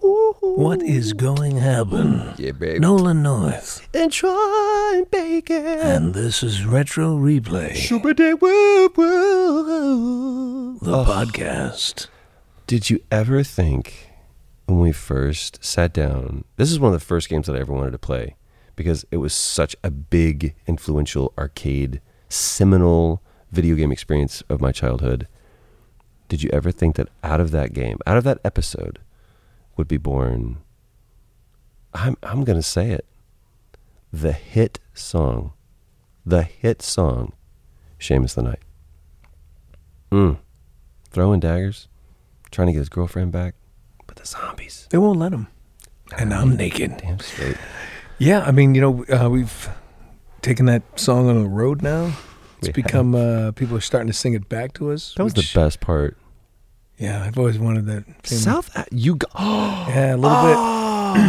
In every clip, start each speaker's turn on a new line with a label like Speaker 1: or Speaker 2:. Speaker 1: What
Speaker 2: What
Speaker 1: is going happen?
Speaker 3: Yeah, babe.
Speaker 1: Nolan North,
Speaker 2: and Troy Baker?
Speaker 1: and this is Retro Replay,
Speaker 2: Super Oh. Day Woo Woo.
Speaker 1: the podcast.
Speaker 3: Did you ever think when we first sat down? This is one of the first games that I ever wanted to play because it was such a big, influential arcade, seminal video game experience of my childhood. Did you ever think that out of that game, out of that episode, would be born? I'm I'm gonna say it. The hit song, the hit song, "Shameless the Night." Mm. Throwing daggers trying to get his girlfriend back. But the zombies.
Speaker 1: They won't let him. And I'm naked.
Speaker 3: Damn straight.
Speaker 1: Yeah, I mean, you know, uh, we've taken that song on the road now. It's
Speaker 3: We
Speaker 1: become uh, people are starting to sing it back to us.
Speaker 3: That was the
Speaker 1: which-
Speaker 3: best part.
Speaker 1: Yeah, I've always wanted that. feeling.
Speaker 3: South, A- you got.
Speaker 1: Yeah, a little
Speaker 3: Ah!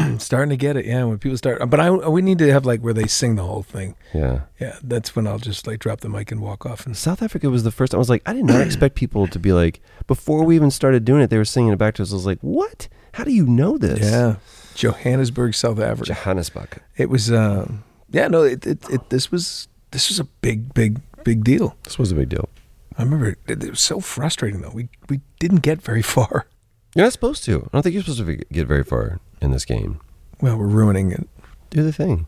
Speaker 1: bit. starting to get it. Yeah, when people start, uh, but I we need to have like where they sing the whole thing.
Speaker 3: yeah.
Speaker 1: Yeah, that's when I'll just like drop the mic and walk off. And
Speaker 3: South Africa was the first. I was like, I did not expect people to be like, before we even started doing it, they were singing it back to us. I was like, what? How do you know this?
Speaker 1: yeah, Johannesburg, South Africa.
Speaker 3: Johannesburg.
Speaker 1: It was, uh, yeah, no, it, it, it this was this was a big, big, big deal.
Speaker 3: This was a big deal.
Speaker 1: I remember it, it was so frustrating though. We we didn't get very far.
Speaker 3: You're not supposed to. I don't think you're supposed to get very far in this game.
Speaker 1: Well, we're ruining it.
Speaker 3: Do the thing.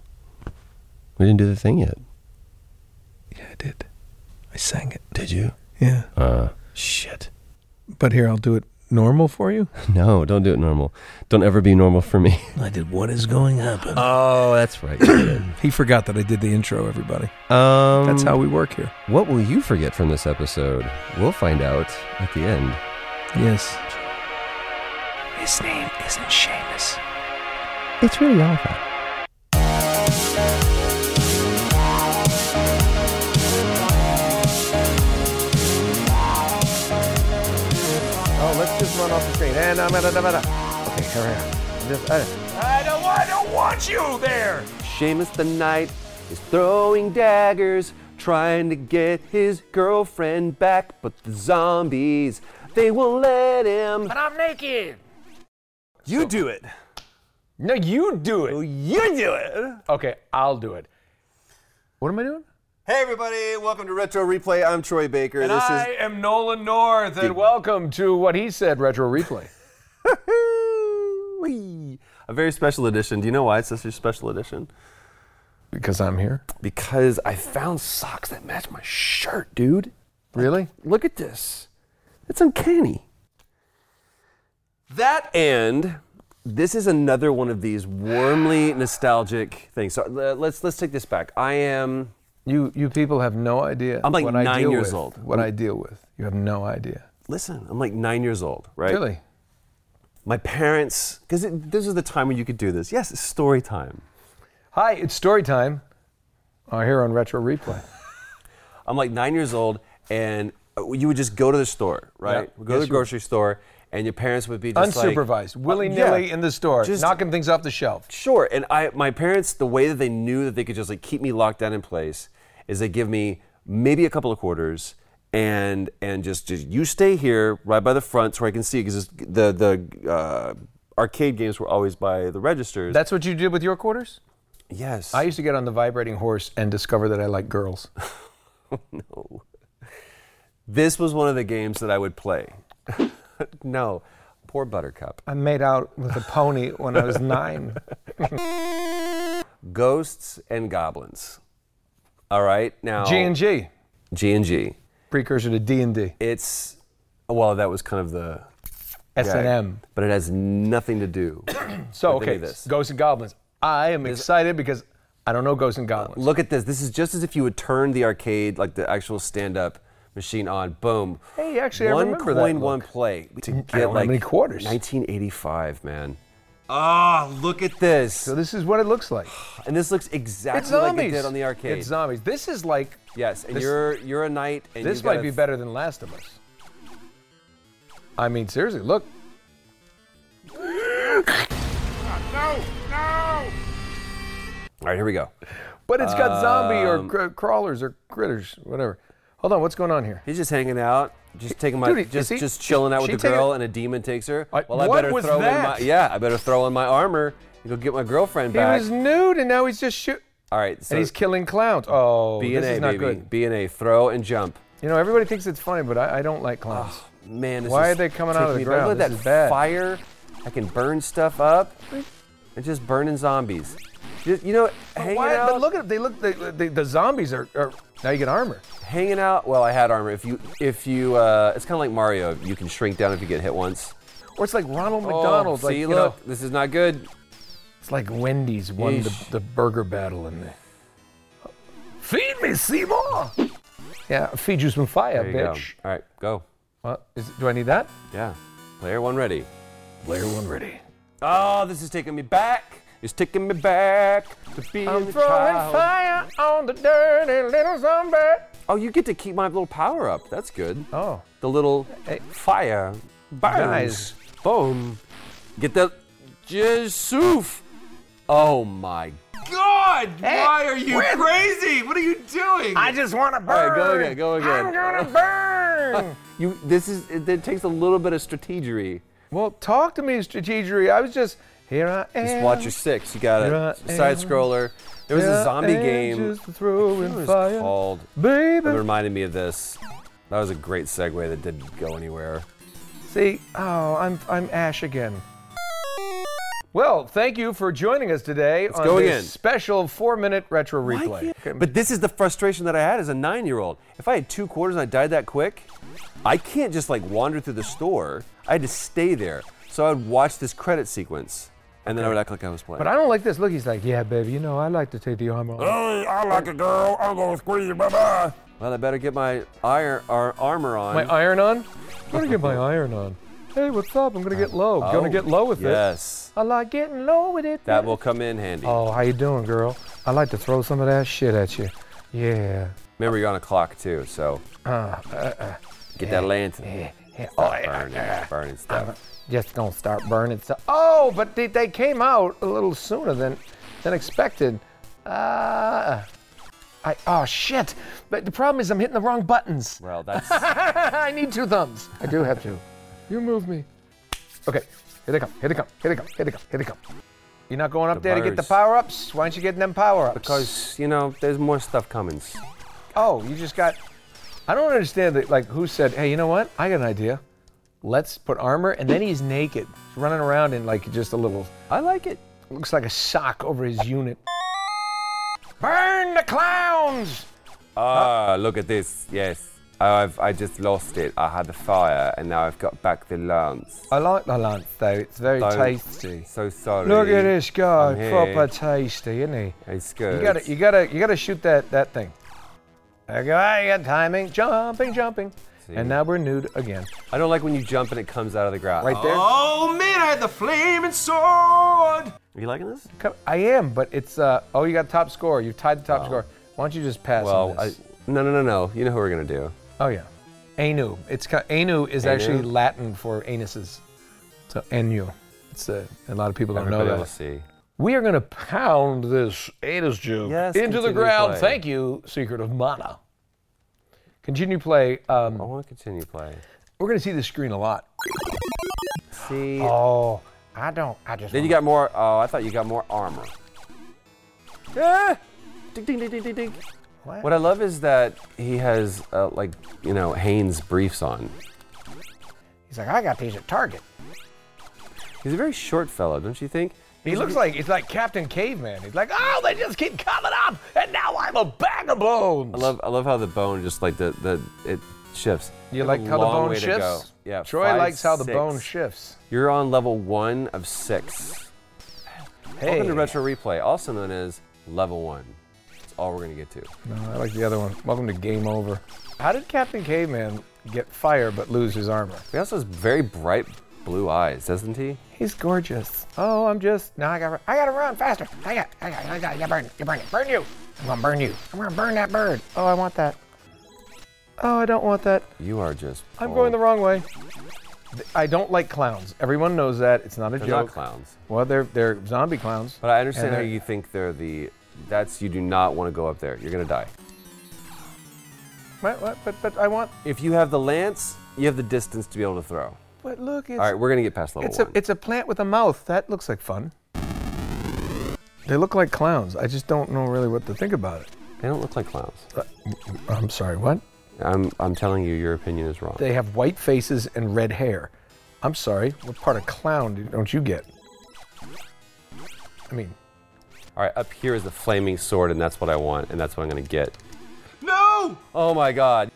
Speaker 3: We didn't do the thing yet.
Speaker 1: Yeah, I did. I sang it.
Speaker 3: Did you?
Speaker 1: Yeah,
Speaker 3: Uh, shit.
Speaker 1: but here I'll do it normal for you.
Speaker 3: No, don't do it normal. Don't ever be normal for me.
Speaker 1: I did. What is going happen?
Speaker 3: Oh, that's right. You did.
Speaker 1: he forgot that I did the intro. Everybody,
Speaker 3: Um,
Speaker 1: that's how we work here.
Speaker 3: What will you forget from this episode? We'll find out at the end.
Speaker 1: Yes. His name isn't Seamus.
Speaker 3: It's really awful. Oh, let's just run off the screen. And uh, I'm at Okay, here I am. Just, uh,
Speaker 4: I don't, I don't want you there!
Speaker 3: Seamus the Knight is throwing daggers, trying to get his girlfriend back, but the zombies, they won't let him.
Speaker 4: But I'm naked!
Speaker 5: You do it.
Speaker 4: No, you do it!
Speaker 5: You do it.
Speaker 4: Okay, I'll do it. What am I doing?
Speaker 5: Hey everybody, welcome to Retro Replay. I'm Troy Baker.
Speaker 4: And
Speaker 5: this
Speaker 4: I am Nolan North, and welcome to what he said Retro Replay.
Speaker 5: is Whee! a very special edition. Do you know why it's such a special edition?
Speaker 4: because I'm here.
Speaker 5: Because I found socks that match my shirt, dude.
Speaker 4: Really?
Speaker 5: Look at this. It's uncanny. That and this is another one of these warmly nostalgic things. So uh, let's let's take this back. I am
Speaker 4: You you people have no idea.
Speaker 5: I'm like
Speaker 4: what I
Speaker 5: nine
Speaker 4: deal
Speaker 5: years
Speaker 4: with,
Speaker 5: old.
Speaker 4: What I deal with. You have no idea.
Speaker 5: listen, I'm like 9 years old, right?
Speaker 4: Really?
Speaker 5: my parents, because this is the time when you could do this. Yes, it's story time.
Speaker 4: Hi, it's story time. Uh, here on Retro Replay.
Speaker 5: I'm like nine years old, and uh, you would just go to the store, right?
Speaker 4: Yeah.
Speaker 5: We'd go to
Speaker 4: Yes,
Speaker 5: the
Speaker 4: you would.
Speaker 5: grocery store, and your parents would be just like-
Speaker 4: Unsupervised,
Speaker 5: Uh,
Speaker 4: willy nilly
Speaker 5: yeah.
Speaker 4: in the store,
Speaker 5: Just-
Speaker 4: knocking things off the shelf.
Speaker 5: Sure, and I, my parents, the way that they knew that they could just like keep me locked down in place is they give me maybe a couple of quarters, and and just just you stay here right by the front so I can see because the the uh, arcade games were always by the registers.
Speaker 4: That's what you did with your quarters?
Speaker 5: yes,
Speaker 4: I used to get on the vibrating horse and discover that I like girls.
Speaker 5: no. This was one of the games that I would play. no, poor Buttercup.
Speaker 4: I made out with a pony when I was nine.
Speaker 5: Ghosts and Goblins. All right, now
Speaker 4: G and G,
Speaker 5: G and G.
Speaker 4: precursor to D and D,
Speaker 5: It's well, that was kind of the
Speaker 4: S and M.
Speaker 5: but it has nothing to do.
Speaker 4: So
Speaker 5: with any
Speaker 4: okay,
Speaker 5: of this.
Speaker 4: Ghosts and Goblins. I am excited because I don't know Ghosts and Goblins.
Speaker 5: Look at this. This is just as if you would turn the arcade, like the actual stand-up machine, on. Boom.
Speaker 4: Hey, actually, I
Speaker 5: one
Speaker 4: remember that
Speaker 5: coin,
Speaker 4: look.
Speaker 5: one play to get
Speaker 4: I don't have
Speaker 5: like
Speaker 4: any quarters.
Speaker 5: 1985, man. Ah, look at this.
Speaker 4: So this is what it looks like.
Speaker 5: And this looks exactly
Speaker 4: It's
Speaker 5: like
Speaker 4: zombies
Speaker 5: it did on the arcade.
Speaker 4: It's zombies. This is like
Speaker 5: Yes, and
Speaker 4: This-
Speaker 5: you're you're a knight. And
Speaker 4: this
Speaker 5: you've got
Speaker 4: might
Speaker 5: a-
Speaker 4: be better than Last of Us. I mean, seriously, look.
Speaker 5: All right, here we go.
Speaker 4: But it's got zombie
Speaker 5: Um,
Speaker 4: or cr- crawlers or critters, whatever. Hold on, what's going on here?
Speaker 5: He's just hanging out, just taking my,
Speaker 4: Dude, is
Speaker 5: just
Speaker 4: he-
Speaker 5: just chilling out
Speaker 4: she
Speaker 5: with the
Speaker 4: taking-
Speaker 5: girl, and a demon takes her.
Speaker 4: I-
Speaker 5: well, I
Speaker 4: what
Speaker 5: better
Speaker 4: was
Speaker 5: throw
Speaker 4: that?
Speaker 5: in my yeah, I better throw in my armor and go get my girlfriend
Speaker 4: He
Speaker 5: back.
Speaker 4: was nude and now he's just shoot.
Speaker 5: All right, so
Speaker 4: and he's killing clowns. Oh,
Speaker 5: B and
Speaker 4: this
Speaker 5: A,
Speaker 4: is not
Speaker 5: baby.
Speaker 4: good.
Speaker 5: B and A, throw and jump.
Speaker 4: You know, everybody thinks it's funny, but I, I don't like clowns.
Speaker 5: Ah. Man, this
Speaker 4: Why
Speaker 5: is
Speaker 4: are they coming out of
Speaker 5: taking
Speaker 4: the
Speaker 5: me back.
Speaker 4: ground?
Speaker 5: Look at
Speaker 4: This
Speaker 5: that
Speaker 4: is bad.
Speaker 5: fire! I can burn stuff up. It's just burning zombies. You you know, hanging
Speaker 4: Why-
Speaker 5: out.
Speaker 4: But look at they look. They, they, the zombies are, are now you get armor.
Speaker 5: hanging out. Well, I had armor. If you, if you, uh, it's kind of like Mario. You can shrink down if you get hit once.
Speaker 4: Or it's like Ronald McDonald's.
Speaker 5: Oh,
Speaker 4: like
Speaker 5: see,
Speaker 4: you know,
Speaker 5: look, this is not good.
Speaker 4: it's like Wendy's won the,
Speaker 5: Yeesh.
Speaker 4: the burger battle in the. Feed me, Seymour. Yeah, I'll feed you some fire,
Speaker 5: There you go.
Speaker 4: bitch.
Speaker 5: All right, go.
Speaker 4: What? Is, do I need that?
Speaker 5: Yeah. Player one ready.
Speaker 4: Player one ready.
Speaker 5: Oh, this is taking me back. It's taking me back to being
Speaker 4: I'm
Speaker 5: a
Speaker 4: throwing
Speaker 5: child.
Speaker 4: fire on the dirty little zombie.
Speaker 5: Oh, you get to keep my little power up. That's good.
Speaker 4: Oh,
Speaker 5: The little eh,
Speaker 4: Hey.
Speaker 5: fire burns.
Speaker 4: Guys.
Speaker 5: Boom. Get the Jesus. Oh my God! Why are you crazy? What are you doing?
Speaker 4: I just want to burn.
Speaker 5: All right, go again. Go again.
Speaker 4: I'm gonna burn.
Speaker 5: You. This is. It, it takes a little bit of strategery.
Speaker 4: well, talk to me, strategery. I was just here. I am.
Speaker 5: Just watch your six. You got
Speaker 4: Yeah,
Speaker 5: a side scroller. There was a
Speaker 4: Yeah,
Speaker 5: zombie
Speaker 4: and
Speaker 5: game.
Speaker 4: Just throw
Speaker 5: What
Speaker 4: in
Speaker 5: was
Speaker 4: fire.
Speaker 5: called?
Speaker 4: Baby.
Speaker 5: That reminded me of this. That was a great segue that didn't go anywhere.
Speaker 4: See, oh, I'm I'm Ash again. Well, thank you for joining us today on
Speaker 5: go
Speaker 4: this
Speaker 5: again.
Speaker 4: special four-minute retro
Speaker 5: Why
Speaker 4: replay.
Speaker 5: can't- But this is the frustration that I had as a nine-year-old. If I had two quarters and I died that quick, I can't just like wander through the store. I had to stay there. So I would watch this credit sequence, and then I would act like I was playing.
Speaker 4: But I don't like this. Look, he's like, yeah, baby, you know, I like to take the armor off.
Speaker 5: Hey, I like a girl. I'm gonna squeeze you, bye Well, I better get my iron or armor on.
Speaker 4: My iron on? I'm gonna get my iron on. Hey, what's up? I'm gonna get low.
Speaker 5: Oh,
Speaker 4: gonna get low with it.
Speaker 5: Yes,
Speaker 4: I like getting low with it.
Speaker 5: that will come in handy.
Speaker 4: Oh, how you doing, girl? I like to throw some of that shit at you. Yeah.
Speaker 5: Remember, you're on a clock too, so
Speaker 4: Uh,
Speaker 5: get that lantern.
Speaker 4: Yeah, Oh, yeah.
Speaker 5: burning, burning stuff.
Speaker 4: Just gonna start burning stuff. Oh, but they, they came out a little sooner than than expected. Uh, I oh shit! But the problem is I'm hitting the wrong buttons.
Speaker 5: Well, that's
Speaker 4: I need two thumbs. I do have two. You move me. Okay, here they come. Here they come. Here they come. Here they come. Here they come. You're not going up
Speaker 5: The
Speaker 4: there to get the
Speaker 5: birds.
Speaker 4: power ups. Why aren't you getting them power ups?
Speaker 5: because you know there's more stuff coming.
Speaker 4: oh, you just got. I don't understand that. Like, who said, "Hey, you know what? I got an idea. Let's put armor." And then he's naked, he's running around in like just a little.
Speaker 5: I like it.
Speaker 4: Looks like a sock over his unit. Burn the clowns!
Speaker 5: Ah, look at this. Yes, I've I just lost it. I had the fire, and now I've got back the lance.
Speaker 4: I like the lance though. It's very
Speaker 5: So-
Speaker 4: tasty.
Speaker 5: So sorry.
Speaker 4: Look at this guy,
Speaker 5: I'm here.
Speaker 4: proper tasty, isn't he?
Speaker 5: It's good.
Speaker 4: You gotta, you gotta, you gotta shoot that that thing. There you go. Ah, you got timing, jumping, jumping, and now we're nude again.
Speaker 5: I don't like when you jump and it comes out of the ground.
Speaker 4: Right there.
Speaker 5: Oh man, I had the flaming sword. Are you liking this?
Speaker 4: Come- I am, but it's uh. Oh, you got top score. You tied the top score. Why don't you just pass?
Speaker 5: Well,
Speaker 4: on
Speaker 5: I,
Speaker 4: this?
Speaker 5: no, no, no, no. You know who we're gonna do.
Speaker 4: oh yeah, anu. It's ki- anu is actually Latin for anuses, so anu. It's uh, a lot of people don't know
Speaker 5: Everybody
Speaker 4: that.
Speaker 5: will see.
Speaker 4: We are going to pound this Ada's juke
Speaker 5: Yes,
Speaker 4: into the
Speaker 5: continue
Speaker 4: ground.
Speaker 5: play.
Speaker 4: Thank you, Secret of Mana. Continue play. Um,
Speaker 5: I want to continue playing.
Speaker 4: We're going to see this screen a lot.
Speaker 5: See.
Speaker 4: Oh, I don't. I just.
Speaker 5: Then you got more. Oh, I thought you got more armor. Ah! Ding, ding, ding, ding, ding, ding.
Speaker 4: What?
Speaker 5: What I love is that he has, uh, like, you know, Haynes briefs on.
Speaker 4: He's like, I got these at Target.
Speaker 5: He's a very short fellow, don't you think?
Speaker 4: He looks like he's like Captain Caveman. He's like, oh, they just keep coming up, and now I'm a bag of bones.
Speaker 5: I love, I love how the bone just like the the it shifts.
Speaker 4: You
Speaker 5: Have
Speaker 4: like
Speaker 5: a
Speaker 4: how the
Speaker 5: long
Speaker 4: bone
Speaker 5: way to go.
Speaker 4: shifts?
Speaker 5: Yeah.
Speaker 4: Troy
Speaker 5: five,
Speaker 4: likes how the
Speaker 5: six.
Speaker 4: bone shifts.
Speaker 5: You're on level one of six.
Speaker 4: Hey.
Speaker 5: Welcome to Retro Replay, also known as level one. That's all we're gonna get to.
Speaker 4: No, I like the other one. Welcome to Game Over. How did Captain Caveman get fire but lose his armor?
Speaker 5: He also has very bright blue eyes, doesn't he?
Speaker 4: He's gorgeous. Oh, I'm just now. I got. I got to run faster. I got. I got. I got. Yeah, burn. You burn it. Burn you. I'm gonna burn you. I'm gonna burn that bird. Oh, I want that. Oh, I don't want that.
Speaker 5: You are just.
Speaker 4: I'm going the
Speaker 5: Oh.
Speaker 4: wrong way. Th- I don't like clowns. Everyone knows that. It's not a
Speaker 5: They're
Speaker 4: joke.
Speaker 5: not clowns.
Speaker 4: Well, they're they're zombie clowns.
Speaker 5: But I understand
Speaker 4: And
Speaker 5: how
Speaker 4: they're-
Speaker 5: you think they're the. That's you do not want to go up there. You're gonna die.
Speaker 4: What, what, but but I want.
Speaker 5: If you have the lance, you have the distance to be able to throw.
Speaker 4: But look, it's
Speaker 5: All right, we're gonna get past level
Speaker 4: it's
Speaker 5: one.
Speaker 4: a it's a plant with a mouth. That looks like fun. They look like clowns. I just don't know really what to think about it.
Speaker 5: they don't look like clowns.
Speaker 4: Uh, I'm sorry. What?
Speaker 5: I'm, I'm telling you, your opinion is wrong.
Speaker 4: They have white faces and red hair. I'm sorry. What part of clown do- don't you get? I mean,
Speaker 5: All right, up here is the flaming sword, and that's what I want, and that's what I'm gonna get. No! Oh my God!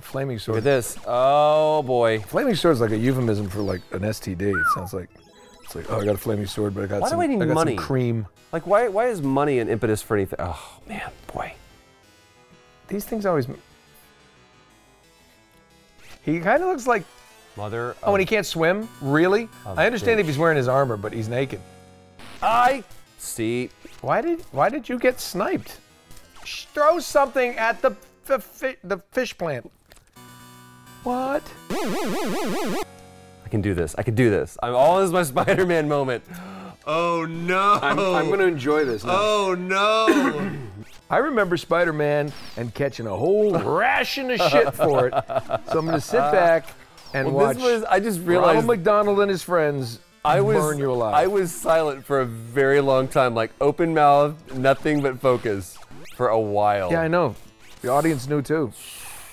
Speaker 4: flaming
Speaker 5: Look at
Speaker 4: sword.
Speaker 5: this. Oh boy.
Speaker 4: Flaming sword's like a euphemism for like an STD. It sounds like it's like oh, I got a flaming sword, but I got
Speaker 5: Why do
Speaker 4: some
Speaker 5: I need
Speaker 4: got some
Speaker 5: money?
Speaker 4: cream.
Speaker 5: Like, why, why is money an impetus for anything? Oh man, boy.
Speaker 4: These things always. m- He kind of looks like
Speaker 5: Mother.
Speaker 4: oh,
Speaker 5: of-
Speaker 4: and he can't swim. Really?
Speaker 5: Oh,
Speaker 4: I understand
Speaker 5: Um, bitch.
Speaker 4: if he's wearing his armor, but he's naked.
Speaker 5: I see.
Speaker 4: Why did Why did you get sniped? Sh- throw something at the f- fi- the fish plant. What?
Speaker 5: I can do this. I can do this. I'm all this is my Spider-Man moment. Oh no!
Speaker 4: I'm, I'm gonna enjoy this. Now.
Speaker 5: Oh no!
Speaker 4: I remember Spider-Man and catching a whole ration of shit for it. So I'm gonna sit back and
Speaker 5: Well,
Speaker 4: watch.
Speaker 5: this was. I just
Speaker 4: Ronald
Speaker 5: realized.
Speaker 4: McDonald and his friends
Speaker 5: I was.
Speaker 4: burn you alive.
Speaker 5: I was silent for a very long time, like open mouth, nothing but focus, for a while.
Speaker 4: yeah, I know. The audience knew too.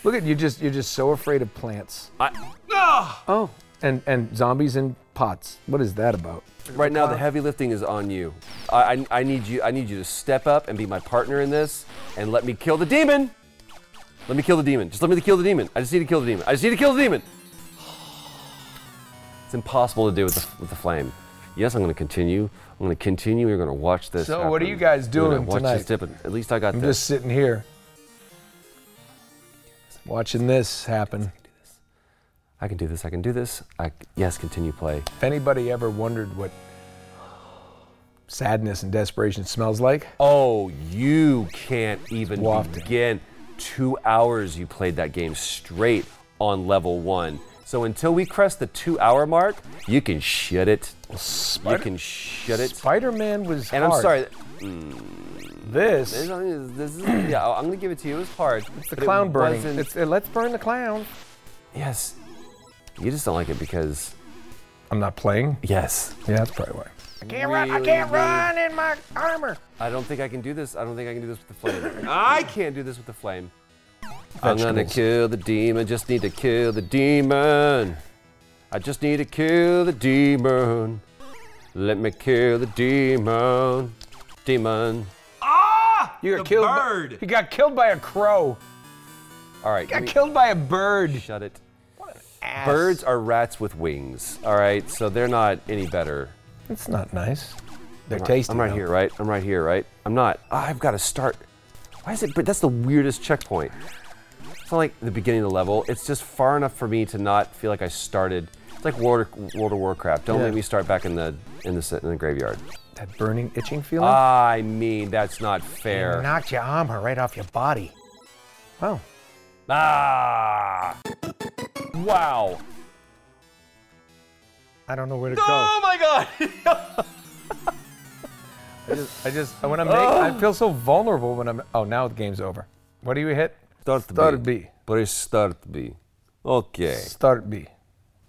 Speaker 4: Look at you just you're just so afraid of plants.
Speaker 5: I-
Speaker 4: Oh, and and zombies in pots. What is that about?
Speaker 5: right now, the heavy lifting is on you. I, I, I need you. I need you to step up and be my partner in this, and let me kill the demon. Let me kill the demon. Just let me kill the demon. I just need to kill the demon. I just need to kill the demon. It's impossible to do with the, with the flame. Yes, I'm going to continue. I'm going to continue. We're going to watch this.
Speaker 4: So what are
Speaker 5: happen.
Speaker 4: you guys
Speaker 5: We're gonna
Speaker 4: doing
Speaker 5: watch this
Speaker 4: tonight?
Speaker 5: happen. At least I got
Speaker 4: I'm
Speaker 5: this.
Speaker 4: just sitting here watching this happen.
Speaker 5: I can do this. I can do this. I, yes, continue play.
Speaker 4: If anybody ever wondered what sadness and desperation smells like,
Speaker 5: Oh, you can't even
Speaker 4: wafting.
Speaker 5: begin. Two hours you played that game straight on level one. So until we crest the two hour mark, you can shut it. you can shut it.
Speaker 4: Spider-Man was
Speaker 5: and I'm
Speaker 4: hard.
Speaker 5: sorry.
Speaker 4: This
Speaker 5: This is, this is, yeah, I'm gonna give it to you. It was hard.
Speaker 4: it's the clown burning.
Speaker 5: burning.
Speaker 4: It's, it, let's burn the clown.
Speaker 5: yes. You just don't like it because
Speaker 4: I'm not playing.
Speaker 5: yes.
Speaker 4: Yeah, that's probably why. I can't run. I
Speaker 5: Really
Speaker 4: can't
Speaker 5: need-
Speaker 4: run in my armor.
Speaker 5: I don't think I can do this. I don't think I can do this with the flame. I can't do this with the flame. I'm gonna
Speaker 4: Vegetables.
Speaker 5: kill the demon. Just need to kill the demon. I just need to kill the demon. Let me kill the demon. Demon.
Speaker 4: You got killed. Bird. You got killed by a crow.
Speaker 5: All right.
Speaker 4: You
Speaker 5: give
Speaker 4: got
Speaker 5: me-
Speaker 4: killed by a bird.
Speaker 5: Shut it. Birds are rats with wings. All right. So they're not any better.
Speaker 4: That's not nice. They're
Speaker 5: I'm right-
Speaker 4: tasty.
Speaker 5: I'm right
Speaker 4: though.
Speaker 5: here, right? I'm right here, right? I'm not. I've got to start. Why is it? But that's the weirdest checkpoint. It's not like the beginning of the level. It's just far enough for me to not feel like I started. It's like World of, World of Warcraft. Don't
Speaker 4: Yeah.
Speaker 5: let me start back in the in the s- in the graveyard. Ah,
Speaker 4: That burning, itching feeling.
Speaker 5: I mean, that's not fair.
Speaker 4: knocked your armor right off your body. Wow.
Speaker 5: Ah! Wow!
Speaker 4: I don't know where to
Speaker 5: Oh my God!
Speaker 4: go. I just, I just, when
Speaker 5: Oh.
Speaker 4: I'm, naked, I feel so vulnerable when I'm. Oh, now the game's over. What do you hit?
Speaker 5: Start
Speaker 4: Start B.
Speaker 5: Press start B. Okay.
Speaker 4: Start B.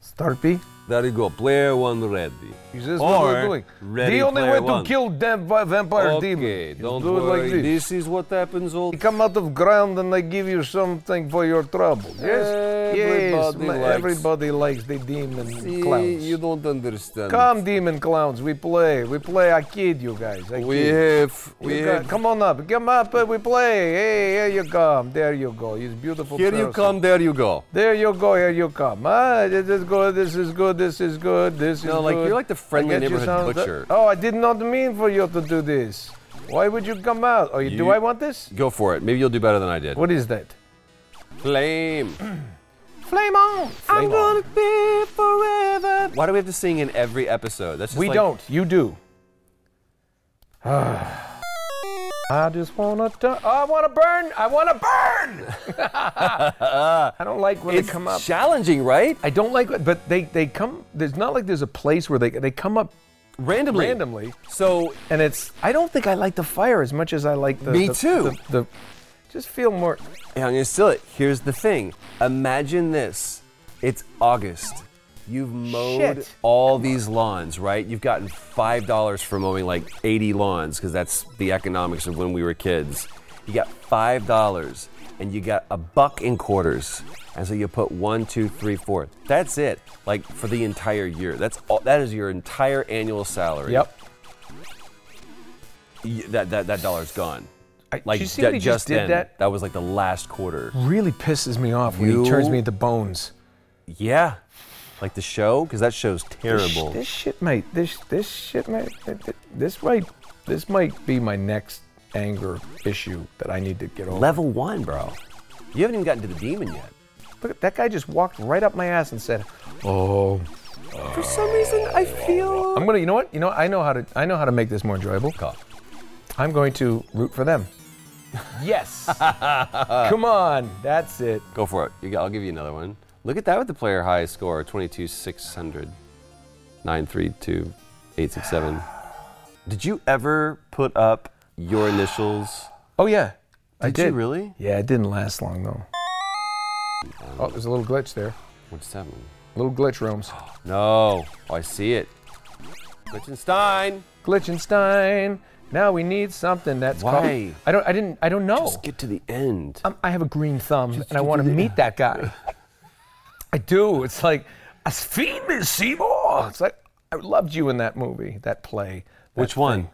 Speaker 4: Start B.
Speaker 5: There you go. Player one ready.
Speaker 4: Is this what we're
Speaker 5: Or
Speaker 4: doing?
Speaker 5: Ready
Speaker 4: the only
Speaker 5: Player
Speaker 4: way
Speaker 5: One.
Speaker 4: to kill them vi- vampire
Speaker 5: Okay,
Speaker 4: demon.
Speaker 5: don't
Speaker 4: do it
Speaker 5: worry.
Speaker 4: like this.
Speaker 5: this. is what happens all
Speaker 4: You come out of ground and I give you something for your trouble. Yes. yes.
Speaker 5: Everybody
Speaker 4: ma-
Speaker 5: likes-
Speaker 4: Everybody likes the demon
Speaker 5: See,
Speaker 4: clowns.
Speaker 5: you don't understand.
Speaker 4: Come, demon clowns. We play. We play. I kid you guys. I
Speaker 5: We
Speaker 4: kid.
Speaker 5: have
Speaker 4: You
Speaker 5: we
Speaker 4: got-
Speaker 5: have
Speaker 4: come on up. Come up. uh, We play. Hey, here you come. There you go. He's beautiful.
Speaker 5: here you
Speaker 4: person.
Speaker 5: come, there you go.
Speaker 4: There you go. Here you come. Ah, this is good. This is good. This is good. This is
Speaker 5: No, like,
Speaker 4: good.
Speaker 5: you're like the friendly
Speaker 4: I get you
Speaker 5: neighborhood
Speaker 4: some-
Speaker 5: butcher.
Speaker 4: oh, I did not mean for you to do this. Why would you come out? Oh, you, do
Speaker 5: You-
Speaker 4: I want this?
Speaker 5: Go for it. Maybe you'll do better than I did.
Speaker 4: What is that?
Speaker 5: Flame.
Speaker 4: Flame on!
Speaker 5: I'm gonna be forever. Why do we have to sing in every episode? That's just
Speaker 4: We
Speaker 5: like-
Speaker 4: don't. You do. I just wanna. T- I wanna burn. I wanna burn. I don't like when
Speaker 5: It's
Speaker 4: they come up.
Speaker 5: challenging, right?
Speaker 4: I don't like, it, but they they come. There's not like there's a place where they they come up
Speaker 5: Randomly.
Speaker 4: randomly,
Speaker 5: So
Speaker 4: and it's. I don't think I like the fire as much as I like the.
Speaker 5: Me
Speaker 4: the-
Speaker 5: too.
Speaker 4: The, the- just feel more.
Speaker 5: Yeah, I'm gonna steal it. Here's the thing. Imagine this. It's August. You've mowed
Speaker 4: Shit.
Speaker 5: all these lawns, right? You've gotten five dollars for mowing like 80 lawns, because that's the economics of when we were kids. You got five dollars and you got a buck in quarters. And so you put one, two, three, four. That's it. Like for the entire year. That's all that is your entire annual salary.
Speaker 4: Yep.
Speaker 5: Y- that that, that dollar's gone.
Speaker 4: I,
Speaker 5: Like
Speaker 4: do you see
Speaker 5: ju-
Speaker 4: what he just, did
Speaker 5: then,
Speaker 4: that?
Speaker 5: was like the last quarter.
Speaker 4: Really pisses me off when
Speaker 5: You-
Speaker 4: he turns me into bones.
Speaker 5: Yeah. Like the show? Because that show's
Speaker 4: This-
Speaker 5: terrible.
Speaker 4: This, shit might. This this shit might. th- th- This might. This might be my next anger issue that I need to get over.
Speaker 5: Level one, bro. You haven't even gotten to the demon yet.
Speaker 4: Look, that guy just walked right up my ass and said, "Oh."
Speaker 5: For some reason, I feel.
Speaker 4: I'm gonna. You know what? You know I know how to. I know how to make this more enjoyable. I'm going to root for them. Yes. Come on. That's it.
Speaker 5: Go for it. You got, I'll give you another one. Look at that with the player high score 22 600. 932 867. Did you ever put up your initials?
Speaker 4: Oh yeah. I
Speaker 5: Did you
Speaker 4: did.
Speaker 5: really?
Speaker 4: Yeah. It didn't last long though. Oh, there's a little glitch there.
Speaker 5: What's that one?
Speaker 4: Little glitch rooms.
Speaker 5: No. Oh, I see it. Lichtenstein.
Speaker 4: Glitchenstein. Now we need something that's
Speaker 5: Why?
Speaker 4: called- I don't. I didn't. I don't know.
Speaker 5: Just get to the end.
Speaker 4: I'm, I have a green thumb, and I want to meet that guy. I do. It's like, I feed me Seymour. It's like I loved you in that movie, that play. that
Speaker 5: Which one?
Speaker 4: thing.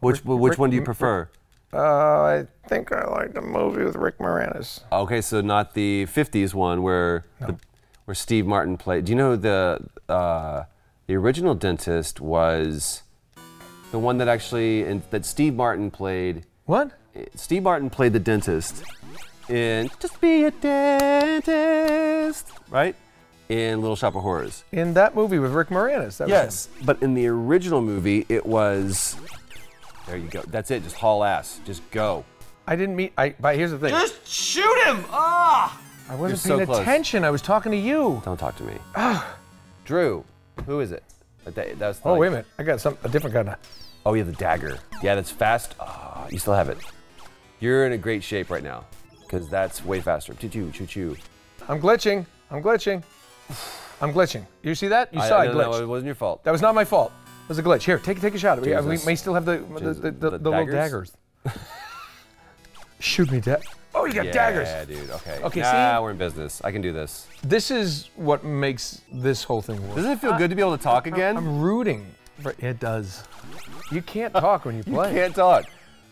Speaker 5: Which, which
Speaker 4: Rick-
Speaker 5: one do you
Speaker 4: Rick-
Speaker 5: prefer?
Speaker 4: Uh, I think I like the movie with Rick Moranis.
Speaker 5: Okay, so not the '50s one where the, where Steve Martin played. Do you know the uh, the original dentist was the one that actually and that Steve Martin played?
Speaker 4: What?
Speaker 5: Steve Martin played the dentist in Just Be a Dentist, right? In Little Shop of Horrors.
Speaker 4: In that movie with Rick Moranis. That was
Speaker 5: Yes, but in the original movie, it was. There you go. That's it. Just haul ass. Just go.
Speaker 4: him. I didn't meet. I. But here's the thing.
Speaker 5: Just shoot him! Ah!
Speaker 4: I wasn't
Speaker 5: You're so
Speaker 4: paying
Speaker 5: close.
Speaker 4: attention. I was talking to you.
Speaker 5: Don't talk to me. Drew, who is it? Uh, That, that's
Speaker 4: Ah. Oh
Speaker 5: like-
Speaker 4: wait a minute. I got some a different kind of.
Speaker 5: Oh, yeah, the dagger. Yeah, that's fast. Ah, you still have it. You're in a great shape right now because that's way faster. Choo choo choo choo.
Speaker 4: I'm glitching. I'm glitching. I'm glitching. You see that? You
Speaker 5: I-
Speaker 4: saw
Speaker 5: I-
Speaker 4: I, glitched.
Speaker 5: no, no, it wasn't your fault.
Speaker 4: That was not my fault. It was a glitch. Here, take take a shot. We, we
Speaker 5: Jesus.
Speaker 4: may still have the the,
Speaker 5: Jesus.
Speaker 4: the, the,
Speaker 5: The
Speaker 4: the little
Speaker 5: daggers?
Speaker 4: daggers. Shoot me, da- Oh, you got
Speaker 5: yeah,
Speaker 4: daggers.
Speaker 5: dude. Okay.
Speaker 4: Okay,
Speaker 5: Nah,
Speaker 4: see?
Speaker 5: we're in business. I can do this.
Speaker 4: This is what makes this whole thing work.
Speaker 5: Doesn't it feel good to be able to talk again?
Speaker 4: I'm rooting. For, it does. You can't talk when Uh, you
Speaker 5: you
Speaker 4: play.
Speaker 5: can't talk.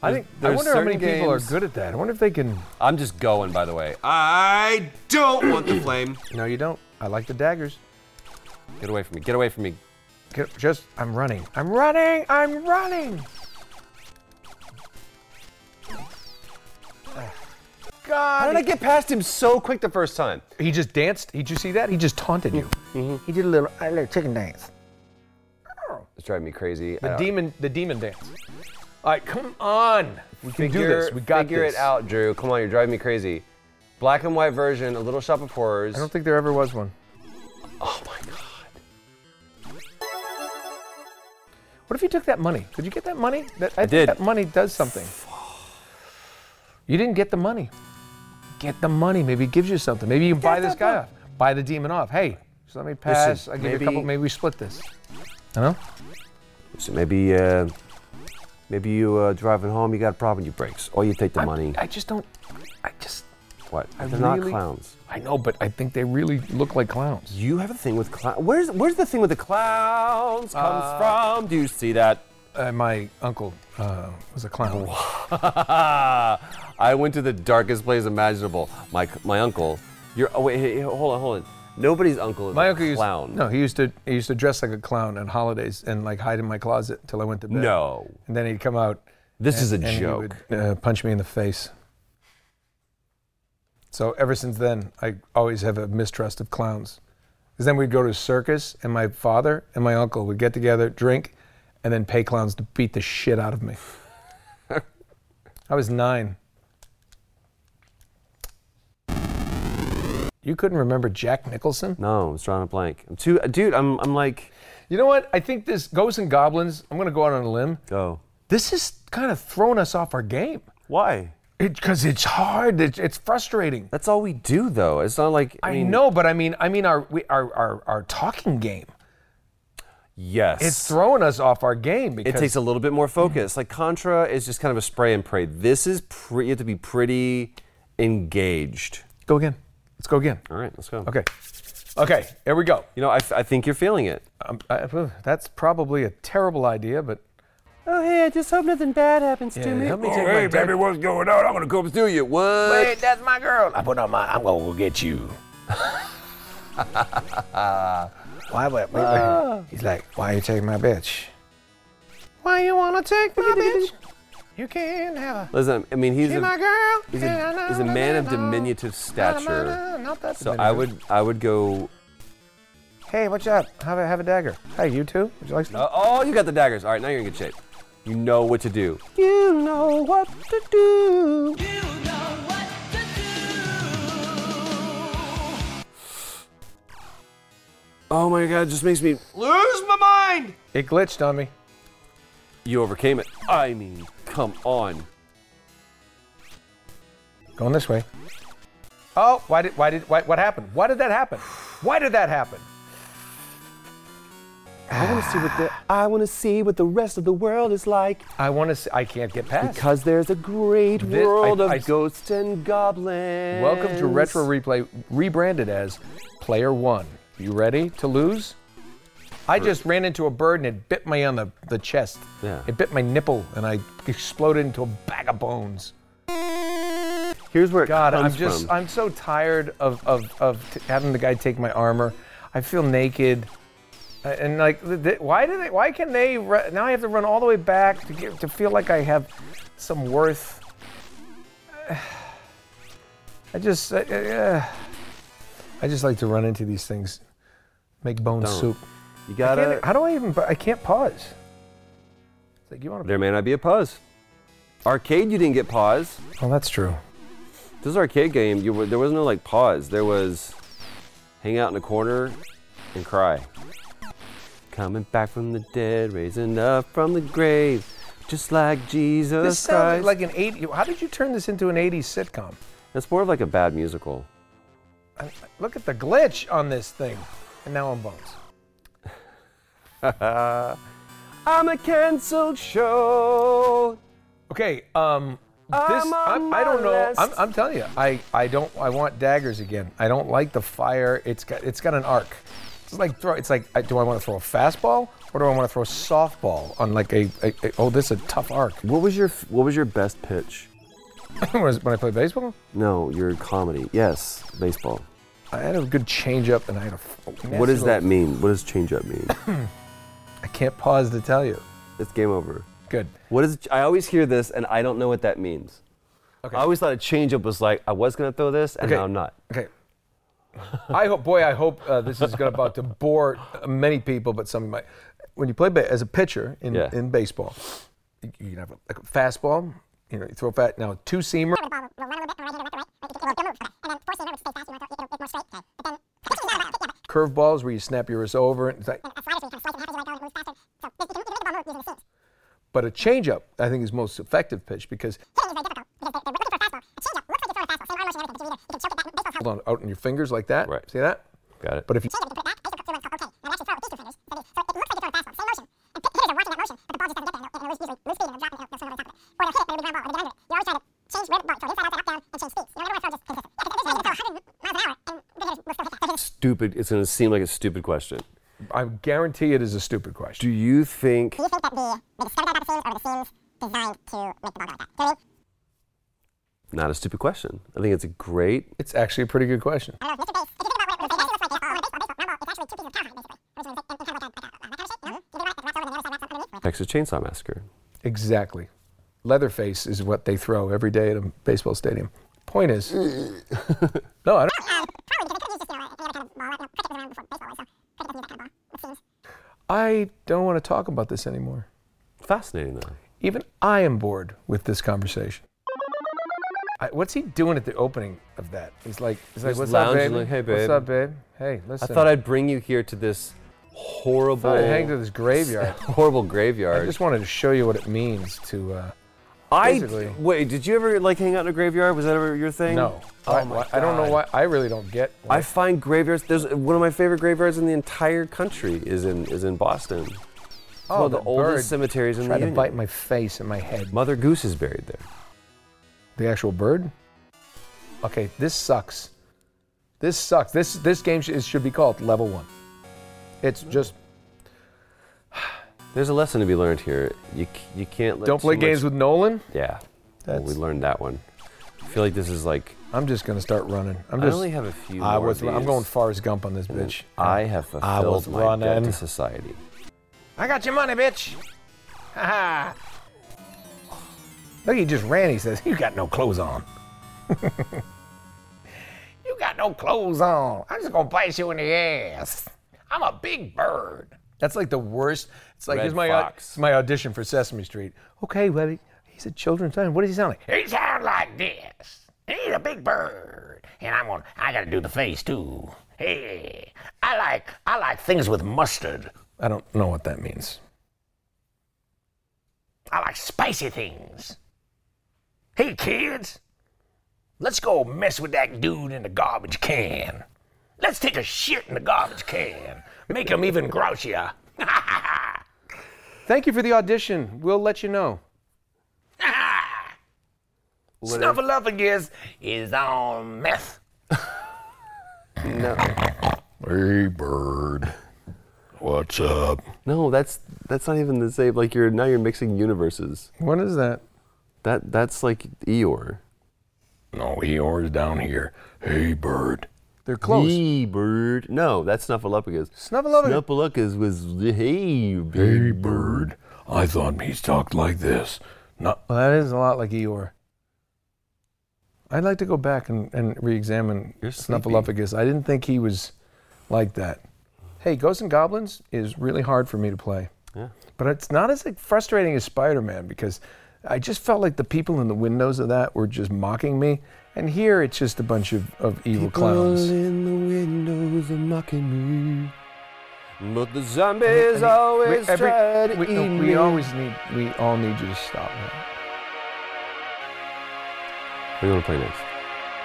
Speaker 4: I think. I
Speaker 5: There's
Speaker 4: wonder how many
Speaker 5: certain
Speaker 4: people are
Speaker 5: games-
Speaker 4: good at that. I wonder if they can.
Speaker 5: I'm just going, by the way. I don't want the flame.
Speaker 4: No, you don't. I like the daggers.
Speaker 5: Get away from me. Get away from me.
Speaker 4: Get- just, I'm running. I'm running. I'm running.
Speaker 5: How
Speaker 4: God,
Speaker 5: did I get past him so quick the first time?
Speaker 4: He just danced. Did you see that? He just taunted you. He did a little, a little chicken dance.
Speaker 5: It's driving me crazy.
Speaker 4: The
Speaker 5: I- uh,
Speaker 4: demon, the demon dance. All right, come on. We can do this. We got
Speaker 5: figure
Speaker 4: this.
Speaker 5: it out, Drew. Come on, you're driving me crazy. Black and white version, a little shop of horrors.
Speaker 4: I don't think there ever was one.
Speaker 5: oh my god.
Speaker 4: What if you took that money? Did you get that money? That, I, think
Speaker 5: did.
Speaker 4: That money does something. You didn't get the money. Get the money. Maybe it gives you something. Maybe you can buy this guy off. Buy the demon off. Hey, just let me pass. I give you
Speaker 5: maybe-
Speaker 4: a couple. Maybe we split this. You know?
Speaker 5: So maybe uh, maybe you uh, driving home, you got a problem with your brakes. Or you take the
Speaker 4: I-
Speaker 5: money.
Speaker 4: I just don't. I just.
Speaker 5: what?
Speaker 4: I
Speaker 5: They're not
Speaker 4: really-
Speaker 5: clowns.
Speaker 4: I know, but I think they really look like clowns.
Speaker 5: You have a thing with clowns. Where's where's the thing with the clowns comes from? Do you see that?
Speaker 4: Uh, my uncle uh, was a clown.
Speaker 5: I went to the darkest place imaginable. My my uncle. Your oh wait, hey, hey, hold on, hold on. Nobody's uncle is
Speaker 4: My
Speaker 5: a
Speaker 4: uncle used
Speaker 5: clown.
Speaker 4: no, he used to he used to dress like a clown on holidays and like hide in my closet until I went to bed.
Speaker 5: No.
Speaker 4: And then he'd come out
Speaker 5: This is a
Speaker 4: and he
Speaker 5: joke.
Speaker 4: would, uh, punch me in the face. So ever since then, I always have a mistrust of clowns. Because then we'd go to a circus, and my father and my uncle would get together, drink, and then pay clowns to beat the shit out of me. I was nine. You couldn't remember Jack Nicholson?
Speaker 5: No, I'm drawing a blank. I'm too, dude. I'm, I'm like,
Speaker 4: You know what? I think this Ghosts and Goblins, I'm going to go out on a limb.
Speaker 5: go.
Speaker 4: This has kind of thrown us off our game.
Speaker 5: Why?
Speaker 4: Because it's hard. It, it's frustrating.
Speaker 5: That's all we do, though. It's not like
Speaker 4: I,
Speaker 5: mean,
Speaker 4: know, but I mean, I mean, our, we, our our our talking game.
Speaker 5: Yes,
Speaker 4: It's throwing us off our game
Speaker 5: it
Speaker 4: because
Speaker 5: takes a little bit more focus. Like Contra is just kind of a spray and pray. This is pre- you have to be pretty engaged.
Speaker 4: go again. Let's go again.
Speaker 5: All right, let's go.
Speaker 4: Okay, okay. Here we go.
Speaker 5: You know, I, f- I think you're feeling it.
Speaker 4: Um, I, uh, that's probably a terrible idea, but
Speaker 5: Oh, hey, I just hope nothing bad happens to me. Oh,
Speaker 4: help me take my dick.
Speaker 5: what's going on? I'm gonna come through you. What?
Speaker 4: that's my girl. I put on my. I'm gonna go get you. why? Wait, wait,
Speaker 5: Ah.
Speaker 4: wait. He's like, why you take my bitch? Why you wanna take my bitch? You can't have a.
Speaker 5: Listen, I mean, he's
Speaker 4: Hey, my
Speaker 5: a,
Speaker 4: girl.
Speaker 5: he's a, he's a man of diminutive stature.
Speaker 4: Not that
Speaker 5: So I would, I would go.
Speaker 4: Hey, what's up? Have a have a dagger. Hey, you too. Would you like some?
Speaker 5: Uh, oh, you got the daggers. All right, now you're in good shape. You know what to do.
Speaker 4: You know what to do.
Speaker 5: Oh my god, it just makes me lose my mind.
Speaker 4: It glitched on me.
Speaker 5: You overcame it. I mean, come on.
Speaker 4: Going this way. Oh, why did why did why, what happened? Why did that happen? Why did that happen?
Speaker 3: I want to see what the I want to see what the rest of the world is like
Speaker 4: I want to. See, I can't get past.
Speaker 3: because there's a great
Speaker 4: This- I-
Speaker 3: world of
Speaker 4: I-
Speaker 3: ghosts and goblins.
Speaker 4: Welcome to Retro Replay, rebranded as Player One. You ready to lose? I just ran into a bird and it bit me on the, the chest.
Speaker 5: Yeah.
Speaker 4: It bit my nipple and I exploded into a bag of bones.
Speaker 5: Here's where it
Speaker 4: God,
Speaker 5: comes
Speaker 4: I'm just
Speaker 5: from.
Speaker 4: I'm so tired of of, of t- having the guy take my armor. I feel naked. Uh, And like, th- th- why do they? Why can they? Ru- now I have to run all the way back to get to feel like I have some worth. I just, uh, uh, I just like to run into these things, make bone
Speaker 5: Don't.
Speaker 4: soup.
Speaker 5: you
Speaker 4: I
Speaker 5: gotta.
Speaker 4: can't- e, how do I even? I can't pause. It's like you want to.
Speaker 5: There may not be a pause. Arcade, you didn't get pause.
Speaker 4: Well, that's true.
Speaker 5: This arcade game, you were, there was no like pause. There was hang out in a corner and cry. Coming back from the dead, raising up from the grave, just like Jesus
Speaker 4: This
Speaker 5: Christ.
Speaker 4: sounds like an 80. How did you turn this into an 80s sitcom?
Speaker 5: it's more of like a bad musical.
Speaker 4: I- Look at the glitch on this thing. And now I'm bones.
Speaker 5: I'm a canceled show.
Speaker 4: Okay, um this
Speaker 5: I'm on
Speaker 4: I'm, I don't
Speaker 5: my
Speaker 4: know. I'm,
Speaker 5: list.
Speaker 4: I'm telling you, I I don't I want daggers again. I don't like the fire. It's got it's got an arc. It's like throw. It's like I, do I want to throw a fastball or do I want to throw a softball on like a, a, a oh this is a tough arc
Speaker 5: What was your What was your best pitch?
Speaker 4: Was- when I played baseball.
Speaker 5: No, your comedy. Yes, baseball.
Speaker 4: I had a good change up and I had a. f-
Speaker 5: what does
Speaker 4: nasty
Speaker 5: that
Speaker 4: little-
Speaker 5: mean? What does change up mean?
Speaker 4: I can't pause to tell you.
Speaker 5: it's game over.
Speaker 4: Good.
Speaker 5: What is? I always hear this, and I don't know what that means.
Speaker 4: Okay.
Speaker 5: I always thought a changeup was like I was gonna throw this, and
Speaker 4: Okay.
Speaker 5: now I'm not.
Speaker 4: Okay. I hope, boy, I hope uh, this is going about to bore many people, but some might. When you play ba- as a pitcher in,
Speaker 5: Yeah.
Speaker 4: in baseball, you, you can have a, like a fastball. You know, you throw fat now two seamer. Curveballs where you snap your wrist over. And it's like, but a changeup, I think, is most effective pitch because hold on out in your fingers like that.
Speaker 5: Right.
Speaker 4: See that?
Speaker 5: Got it.
Speaker 4: But if you
Speaker 5: stupid. It's gonna seem like a stupid question.
Speaker 4: I guarantee it is a stupid question.
Speaker 5: Do you think? Not a stupid question. I think it's a great.
Speaker 4: It's actually a pretty good question.
Speaker 5: Texas Chainsaw Massacre.
Speaker 4: Exactly. Leatherface is what they throw every day at a baseball stadium. Point is, no, I don't. I don't want to talk about this anymore.
Speaker 5: Fascinating, though.
Speaker 4: Even I am bored with this conversation. I, what's he doing at the opening of that? He's like, he's like,
Speaker 5: Just
Speaker 4: what's up,
Speaker 5: lounging
Speaker 4: babe?
Speaker 5: like, "Hey, babe."
Speaker 4: What's up, babe? Hey, listen.
Speaker 5: I thought I'd bring you here to this horrible,
Speaker 4: Thought I'd hang to this graveyard.
Speaker 5: horrible
Speaker 4: I
Speaker 5: graveyard.
Speaker 4: just wanted to show you what it means to. Uh,
Speaker 5: I
Speaker 4: basically-
Speaker 5: wait. Did you ever like hang out in a graveyard? Was that ever your thing?
Speaker 4: no,
Speaker 5: Oh
Speaker 4: I,
Speaker 5: my
Speaker 4: I don't know
Speaker 5: God.
Speaker 4: why. I really don't get.
Speaker 5: I find graveyards. There's one of my favorite graveyards in the entire country is in is in Boston.
Speaker 4: oh,
Speaker 5: one of the
Speaker 4: that
Speaker 5: oldest
Speaker 4: bird
Speaker 5: cemeteries in
Speaker 4: tried
Speaker 5: the
Speaker 4: to
Speaker 5: Union.
Speaker 4: bite my face and my head.
Speaker 5: Mother Goose is buried there.
Speaker 4: The actual bird? Okay, this sucks. This sucks. This this game sh- is, should be called level one. It's just
Speaker 5: There's a lesson to be learned here. You c- you can't let
Speaker 4: don't play
Speaker 5: too
Speaker 4: games
Speaker 5: much-
Speaker 4: with Nolan.
Speaker 5: Yeah, well,
Speaker 4: That's-
Speaker 5: we learned that one. I feel like this is like
Speaker 4: I'm just gonna start running. I'm
Speaker 5: I
Speaker 4: just.
Speaker 5: only have a few.
Speaker 4: I
Speaker 5: more
Speaker 4: was.
Speaker 5: of
Speaker 4: I'm
Speaker 5: these,
Speaker 4: going Forrest Gump on this
Speaker 5: and
Speaker 4: bitch.
Speaker 5: I have fulfilled
Speaker 4: I was
Speaker 5: my debt
Speaker 4: running.
Speaker 5: to society.
Speaker 4: I got your money, bitch. Ha ha. Look, he just ran. He says, "You got no clothes on." you got no clothes on. I'm just gonna bite you in the ass. I'm a big bird. That's like the worst. It's like
Speaker 5: Red
Speaker 4: here's my
Speaker 5: Fox.
Speaker 4: it's my audition for Sesame Street. Okay, well, he's a children's man. What does he sound like?
Speaker 6: He sounds like this. He's a big bird, and I'm gonna. I gotta do the face too. Hey, I like I like things with mustard.
Speaker 4: I don't know what that means.
Speaker 6: I like spicy things. Hey kids, let's go mess with that dude in the garbage can. Let's take a shit in the garbage can. Make him even grouchier.
Speaker 4: Thank you for the audition. We'll let you know.
Speaker 6: Snuffleupagus is on meth.
Speaker 4: Hey, bird. What's up?
Speaker 5: No, that's that's not even the same. Like you're now you're mixing universes.
Speaker 4: What is that?
Speaker 5: That that's like Eeyore.
Speaker 4: No, Eeyore's down here. Hey, bird. They're close.
Speaker 5: Hey, bird. No, that's Snuffleupagus.
Speaker 4: Snuffleupagus.
Speaker 5: Snuffleupagus was the hey bird.
Speaker 4: Hey, bird. I thought he talked like this. No. Well, that is a lot like Eeyore. I'd like to go back and, and re examine
Speaker 5: You're sleepy.
Speaker 4: Snuffleupagus. I didn't think he was like that. Hey, Ghosts and Goblins is really hard for me to play.
Speaker 5: Yeah.
Speaker 4: But it's not as like, frustrating as Spider Man because I just felt like the people in the windows of that were just mocking me. And here it's just a bunch of, of evil clowns.
Speaker 5: in the windows are mocking me. But the
Speaker 4: I
Speaker 5: zombies
Speaker 4: mean,
Speaker 5: always
Speaker 4: we, every-
Speaker 5: try to
Speaker 4: we,
Speaker 5: eat
Speaker 4: no, we
Speaker 5: me.
Speaker 4: always need we all need you to stop now.
Speaker 5: What do you want to play next?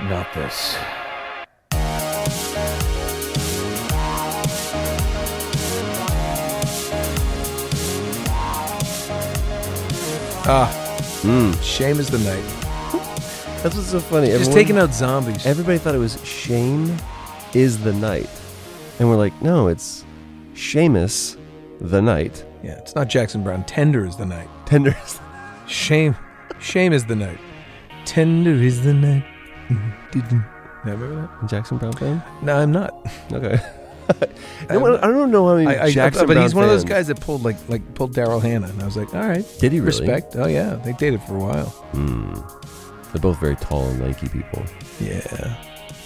Speaker 4: Not this. Ah,
Speaker 1: Hmm.
Speaker 4: shame is the night.
Speaker 3: That's what's so funny.
Speaker 1: Just taking out zombies.
Speaker 3: Everybody thought it was shame is the night, and we're like, no, it's Seamus the night.
Speaker 1: yeah, it's not Jackson Brown. Tender is the night.
Speaker 3: Tender is the
Speaker 1: Shame, shame is the night. Tender is the night. Did remember
Speaker 3: Jackson Brown fan.
Speaker 1: that? No, I'm not.
Speaker 3: Okay. I, don't, I don't know how many
Speaker 1: I, I,
Speaker 3: Jackson
Speaker 1: but
Speaker 3: Brown
Speaker 1: he's one of those
Speaker 3: fans-
Speaker 1: guys that pulled like like pulled Daryl Hannah, and I was like, all right,
Speaker 3: Did he really?
Speaker 1: respect. Oh yeah, they dated for a while.
Speaker 3: They're both very tall and lanky people.
Speaker 1: Yeah,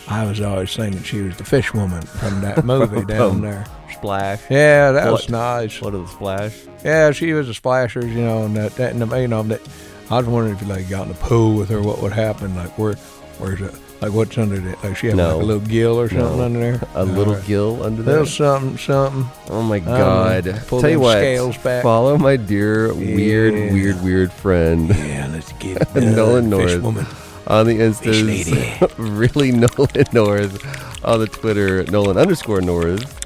Speaker 1: I was always thinking she was the fish woman from that movie down
Speaker 3: From-
Speaker 1: there.
Speaker 3: Splash.
Speaker 1: Yeah, that was
Speaker 3: What?
Speaker 1: nice.
Speaker 3: What of the splash?
Speaker 1: Yeah, she was a splasher, you know, and that, that and the, you know, that I was wondering if you like got in the pool with her, what would happen? Like where, where's it? Like what's under that? Like she had
Speaker 3: No.
Speaker 1: like a little gill or something
Speaker 3: No.
Speaker 1: under there.
Speaker 3: A little
Speaker 1: Alright.
Speaker 3: gill under there.
Speaker 1: little something, something.
Speaker 3: Oh my
Speaker 1: don't know.
Speaker 3: god!
Speaker 1: um, Pull
Speaker 3: Tell you
Speaker 1: them
Speaker 3: what,
Speaker 1: scales back.
Speaker 3: follow my dear weird,
Speaker 1: Yeah.
Speaker 3: weird, weird friend
Speaker 1: Yeah, let's get it done,
Speaker 3: Nolan
Speaker 1: fish
Speaker 3: North
Speaker 1: woman.
Speaker 3: on the Instas.
Speaker 1: lady.
Speaker 3: really, Nolan North on the Twitter, Nolan underscore North.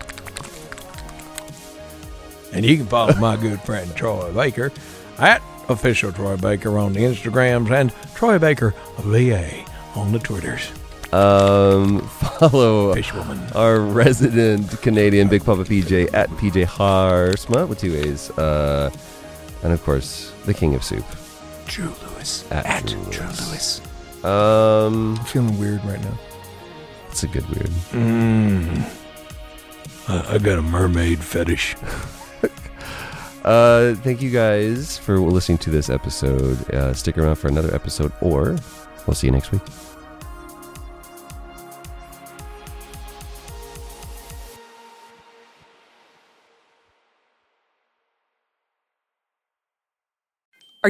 Speaker 1: And you can follow my good friend Troy Baker at official Troy Baker on the Instagrams and Troy Baker VA on the Twitters.
Speaker 3: Um, follow
Speaker 1: Fishwoman.
Speaker 3: our resident Canadian Big Papa PJ at PJ Harsma with two A's, uh, and of course the King of Soup.
Speaker 1: Drew Lewis.
Speaker 3: At
Speaker 1: At
Speaker 3: Drew
Speaker 1: Drew
Speaker 3: Lewis.
Speaker 1: Lewis.
Speaker 3: Um,
Speaker 1: I'm feeling weird right now.
Speaker 3: it's a good weird.
Speaker 1: Uh, Mm. I, I got a mermaid fetish.
Speaker 3: Uh, thank you guys for listening to this episode. Uh, stick around for another episode, or we'll see you next week.
Speaker 7: Are